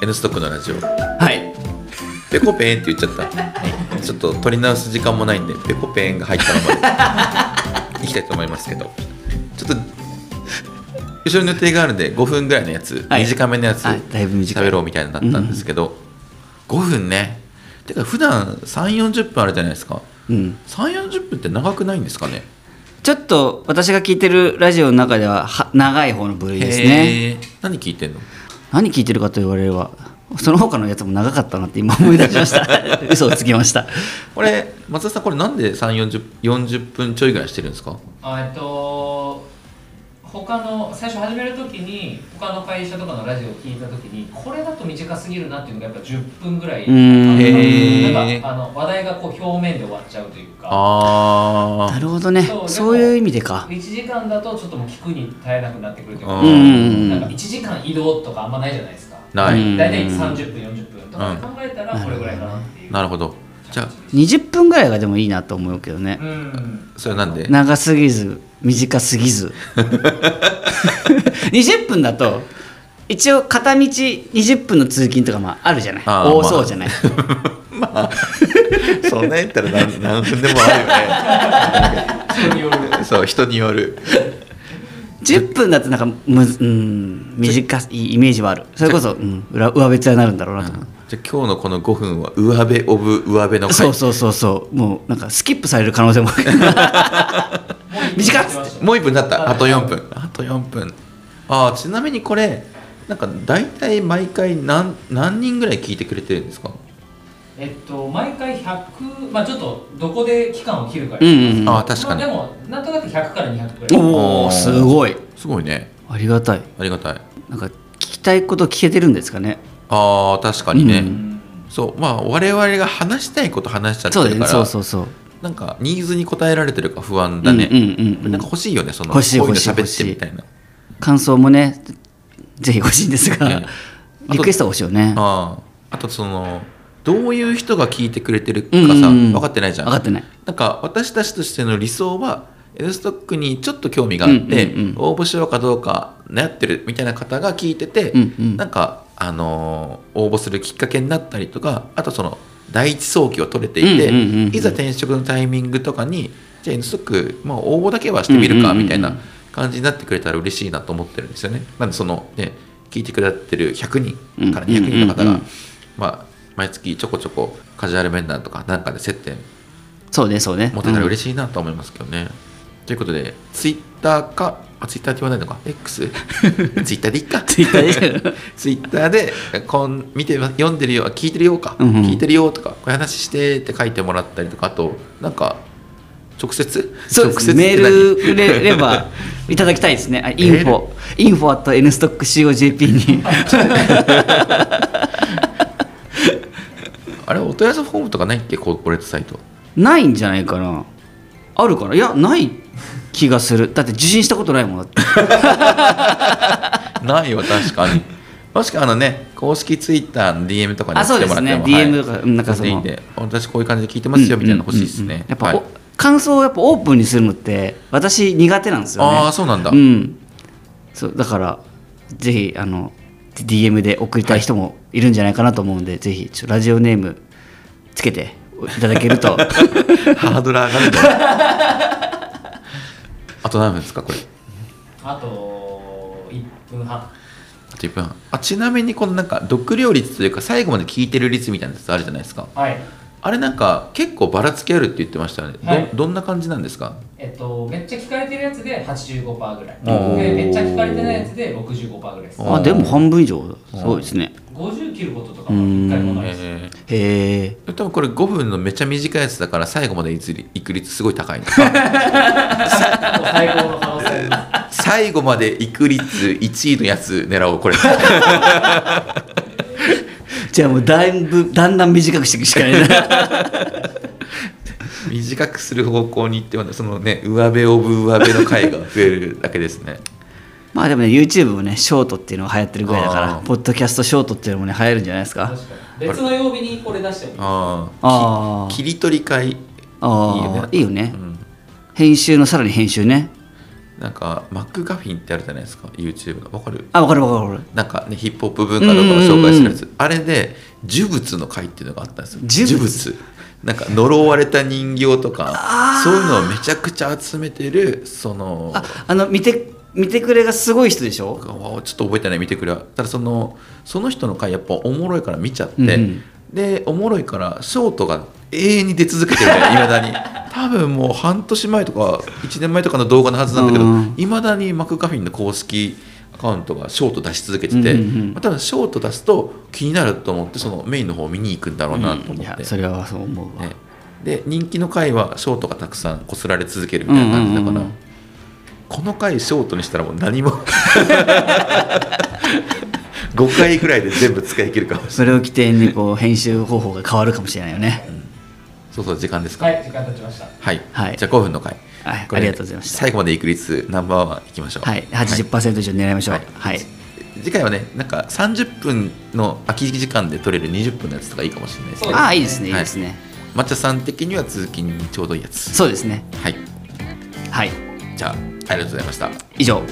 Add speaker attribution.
Speaker 1: N ストックのラジオ
Speaker 2: はい
Speaker 1: ペコペンって言っちゃったちょっと取り直す時間もないんでペコペンが入ったま までいきたいと思いますけどちょっと後ろに予定があるんで5分ぐらいのやつ、
Speaker 2: はい
Speaker 1: 短めのやつ、
Speaker 2: はいだいぶ短い
Speaker 1: 喋ろうみたいになったんですけど、5分ねてか普段3 4 0分あるじゃないですか
Speaker 2: うん
Speaker 1: 3 4 0分って長くないんですかね
Speaker 2: ちょっと私が聞いてるラジオの中ではは長い方の部類ですね
Speaker 1: へー何聞いてんの
Speaker 2: 何聞いてるかと言われればその他のやつも長かったなって今思い出しました嘘をつきました
Speaker 1: これ松田さんこれなんで3 4 0 40分ちょいぐらいしてるんですか
Speaker 3: あえっと他の最初始めるときに他の会社とかのラジオを聞いたときにこれだと短すぎるなっていうのがやっぱ10分ぐらい
Speaker 2: ーん
Speaker 1: へー
Speaker 3: なんかあの話題がこう表面で終わっちゃうというか
Speaker 1: あ
Speaker 2: な
Speaker 1: あ
Speaker 2: るほどね
Speaker 3: そう
Speaker 2: そういう意味でか
Speaker 3: 1時間だとちょっともう聞くに耐えなくなってくるというか,、
Speaker 1: うん
Speaker 3: なんか1時間移動とかあんまないじゃないですか
Speaker 1: ない、
Speaker 2: うん
Speaker 3: 大体30分40分とか考えたらこれぐらいかなっていう、
Speaker 1: なるほどじゃあ
Speaker 2: 20分ぐらいがでもいいなと思うけどね
Speaker 3: うん
Speaker 1: それなんで
Speaker 2: 長すぎず短すぎず20分だと一応片道20分の通勤とかまああるじゃない
Speaker 1: あー
Speaker 2: 多そうじゃない、
Speaker 1: そんなんやったら何何分でもあ
Speaker 3: 人に
Speaker 1: る
Speaker 3: よる
Speaker 1: よ ねそう人による
Speaker 2: 10分だとなんかむずうん短いイメージはあるそれこそ、うん、裏上辺面になるんだろうなと思う、
Speaker 1: じゃあ今日のこの5分は上辺オブ上辺の回
Speaker 2: そうそうそうそうもうなんかスキップされる可能性もある短っつって
Speaker 1: もう1分経ったあと4分あと4分ああちなみにこれなんか大体毎回何何人ぐらい聞いてくれてるんですか、
Speaker 3: えっと毎回100まあちょっとどこで期間を切るか
Speaker 2: う
Speaker 3: に
Speaker 2: んうん
Speaker 1: ああ確かに
Speaker 3: まあ、でもなんとなく100から200く らい
Speaker 2: お
Speaker 1: あー
Speaker 2: おすごい
Speaker 1: すごいね
Speaker 2: ありがたい
Speaker 1: ありがたい
Speaker 2: なんか聞きたいこと聞けてるんですかね
Speaker 1: あー確かにね、
Speaker 2: う
Speaker 1: そうまあ我々が話したいこと話しちゃって
Speaker 2: そうだ
Speaker 1: る
Speaker 2: よ
Speaker 1: か
Speaker 2: ね
Speaker 1: ら
Speaker 2: そうそうそう
Speaker 1: なんかニーズに応えられてるか不安だね、
Speaker 2: うんうんうんうん
Speaker 1: なんか欲しいよねその
Speaker 2: 欲しい
Speaker 1: こういうの
Speaker 2: 欲
Speaker 1: 喋っ
Speaker 2: しい
Speaker 1: てみたいな
Speaker 2: 感想もねぜひ欲しいんですが、
Speaker 1: ねあと
Speaker 2: リクエストは欲しいよね
Speaker 1: あああとそのどういう人が聞いてくれてるかさ、
Speaker 2: うんうんうん
Speaker 1: 分かってないじゃん
Speaker 2: 分かってない
Speaker 1: なんか私たちとしての理想は N ストックにちょっと興味があって、
Speaker 2: うんうんうん
Speaker 1: 応募しようかどうか悩ってるみたいな方が聞いてて、
Speaker 2: うんうん
Speaker 1: なんか、あのー応募するきっかけになったりとかあとその第一早期を取れていて、
Speaker 2: うんうんうんうん
Speaker 1: いざ転職のタイミングとかにじゃあ N ストック、まあ、応募だけはしてみるか
Speaker 2: うんうんうんうん
Speaker 1: みたいな感じになってくれたら嬉しいなと思ってるんですよね。なんでそのね聞いてくれてる100人から200人の方が、
Speaker 2: うんうんうんうん
Speaker 1: まあ、毎月ちょこちょこカジュアル面談とかなんかで接点
Speaker 2: そうねそうね
Speaker 1: 持てたら
Speaker 2: しい、
Speaker 1: 嬉しいなと思いますけどね。ということで、ツイッターか、あ、ツイッターって言わないのか、X? ツ イッターでいっか。ツイッ
Speaker 2: ターで。
Speaker 1: ツイッターで、こん見てま、読んでるよ、聞いてるよか、
Speaker 2: うんうん
Speaker 1: 聞いてるよとか、こういう話してって書いてもらったりとか、あと、なんか、直接
Speaker 2: そうですね
Speaker 1: 直接って
Speaker 2: メー
Speaker 1: 何
Speaker 2: ルくれればいただきたいですねあインフォインフォアット NSTOCCOJP に
Speaker 1: あれ、お問い合わせフォームとかないっけ、コーポレートサイト。
Speaker 2: ないんじゃないかなあるかないやない気がするだって受信したことないもんだって
Speaker 1: ないわ、確かに。もしくはあのね、公式ツイッターの DM とかに
Speaker 2: あ
Speaker 1: 来
Speaker 2: そう
Speaker 1: て
Speaker 2: で
Speaker 1: もら
Speaker 2: す
Speaker 1: って
Speaker 2: ね
Speaker 1: も、
Speaker 2: DM とかなんかそ
Speaker 1: それでいい
Speaker 2: の
Speaker 1: んで、私こういう感じで聞いてますよみたいなの欲しいです
Speaker 2: うんうん
Speaker 1: ね
Speaker 2: う。んやっぱ、
Speaker 1: はい
Speaker 2: お感想をやっぱオープンにするのって私苦手なんですよね
Speaker 1: ああ、そうなんだ。
Speaker 2: うん、そうだからぜひあの DM で送りたい人もいるんじゃないかなと思うんで、ぜひちょラジオネームつけていただけ ると
Speaker 1: ハードル上がるね あと何分ですかこれ
Speaker 3: あと1分半
Speaker 1: あと1分半あちなみにこのなんか読料率というか最後まで聞いてる率みたいなやつあるじゃないですか
Speaker 3: はい
Speaker 1: あれなんか結構ばらつきあるって言ってましたよね、ど
Speaker 3: はい
Speaker 1: どんな感じなんですか
Speaker 3: えっとめっちゃ聞かれてるやつで85%ぐらい
Speaker 1: おー
Speaker 3: でめっちゃ聞かれてないやつで65%ぐらいです
Speaker 1: おー
Speaker 2: あでも半分以上すごいですね
Speaker 3: 50切ることとかも1回もないです
Speaker 1: え
Speaker 2: へえ
Speaker 1: 多分これ5分のめちゃ短いやつだから最後までいつ行く率すごい高いの
Speaker 3: もう最高の可能性です
Speaker 1: 最後まで行く率1位のやつ狙おうこれ
Speaker 2: じゃあもうだいぶだんだん短くしていくしかないな
Speaker 1: 短くする方向に行ってはそのね上辺オブ上辺の回が増えるだけですね
Speaker 2: まあでもね YouTube もねショートっていうのが流行ってるぐらいだか
Speaker 1: あ
Speaker 2: ら
Speaker 1: ー
Speaker 2: ポッドキャストショートっていうのもね流行るんじゃないですか
Speaker 3: 確かに別の曜日にこれ出してもいい
Speaker 1: ああ
Speaker 2: あー
Speaker 1: 切り取り会
Speaker 2: ああ
Speaker 1: いい
Speaker 2: いい
Speaker 1: よ
Speaker 2: よ
Speaker 1: ね
Speaker 2: ね
Speaker 1: うん
Speaker 2: 編集のさらに編集ね
Speaker 1: なんかマックガフィンってあるじゃないですか YouTube のわかる
Speaker 2: あ分かる分かる分かる
Speaker 1: なんかねヒップホップ文化とかを紹介するやつ、あれで呪物の会っていうのがあったんですよ
Speaker 2: 呪物
Speaker 1: なんか呪われた人形とかそういうのをめちゃくちゃ集めてるその
Speaker 2: ああの見て見てくれがすごい人でしょ
Speaker 1: わちょっと覚えてない見てくれただそのその人の回やっぱおもろいから見ちゃって、
Speaker 2: うんうん
Speaker 1: でおもろいからショートが永遠に出続けてるねいまだに 多分もう半年前とか1年前とかの動画のはずなんだけど
Speaker 2: うん
Speaker 1: いま、だにマクガフィンの公式アカウントがショート出し続けてて、
Speaker 2: うんうんうん
Speaker 1: まあ、多分ショート出すと気になると思ってそのメインの方を見に行くんだろうなと思って、
Speaker 2: いやそれはそう思うわ、
Speaker 1: ね、で人気の回はショートがたくさんこすられ続けるみたいな感じだから、
Speaker 2: うんうんうんうん
Speaker 1: この回ショートにしたらもう何 も5回ぐらいで全部使い切るかもしれない
Speaker 2: それを起点にこう編集方法が変わるかもしれないよね、
Speaker 1: そうそう時間ですか
Speaker 3: はい、時間経ちました。
Speaker 1: はい、
Speaker 2: はい
Speaker 1: じゃあ5分の回
Speaker 2: はい
Speaker 1: これ
Speaker 2: ありがとうございました
Speaker 1: 最後までいく率ナンバーワンいきましょう
Speaker 2: はい、80%以上狙いましょう
Speaker 1: はい
Speaker 2: はい、
Speaker 1: 次回はねなんか30分の空き時間で取れる20分のやつとかいいかもしれないです
Speaker 3: そ
Speaker 1: ね
Speaker 3: う
Speaker 2: ああいいですねいい
Speaker 1: はい
Speaker 2: ですね、
Speaker 1: 抹茶さん的には通勤にちょうどいいやつ
Speaker 2: そうですね
Speaker 1: はい
Speaker 2: はい
Speaker 1: じゃあありがとうございました
Speaker 2: 以上
Speaker 1: 「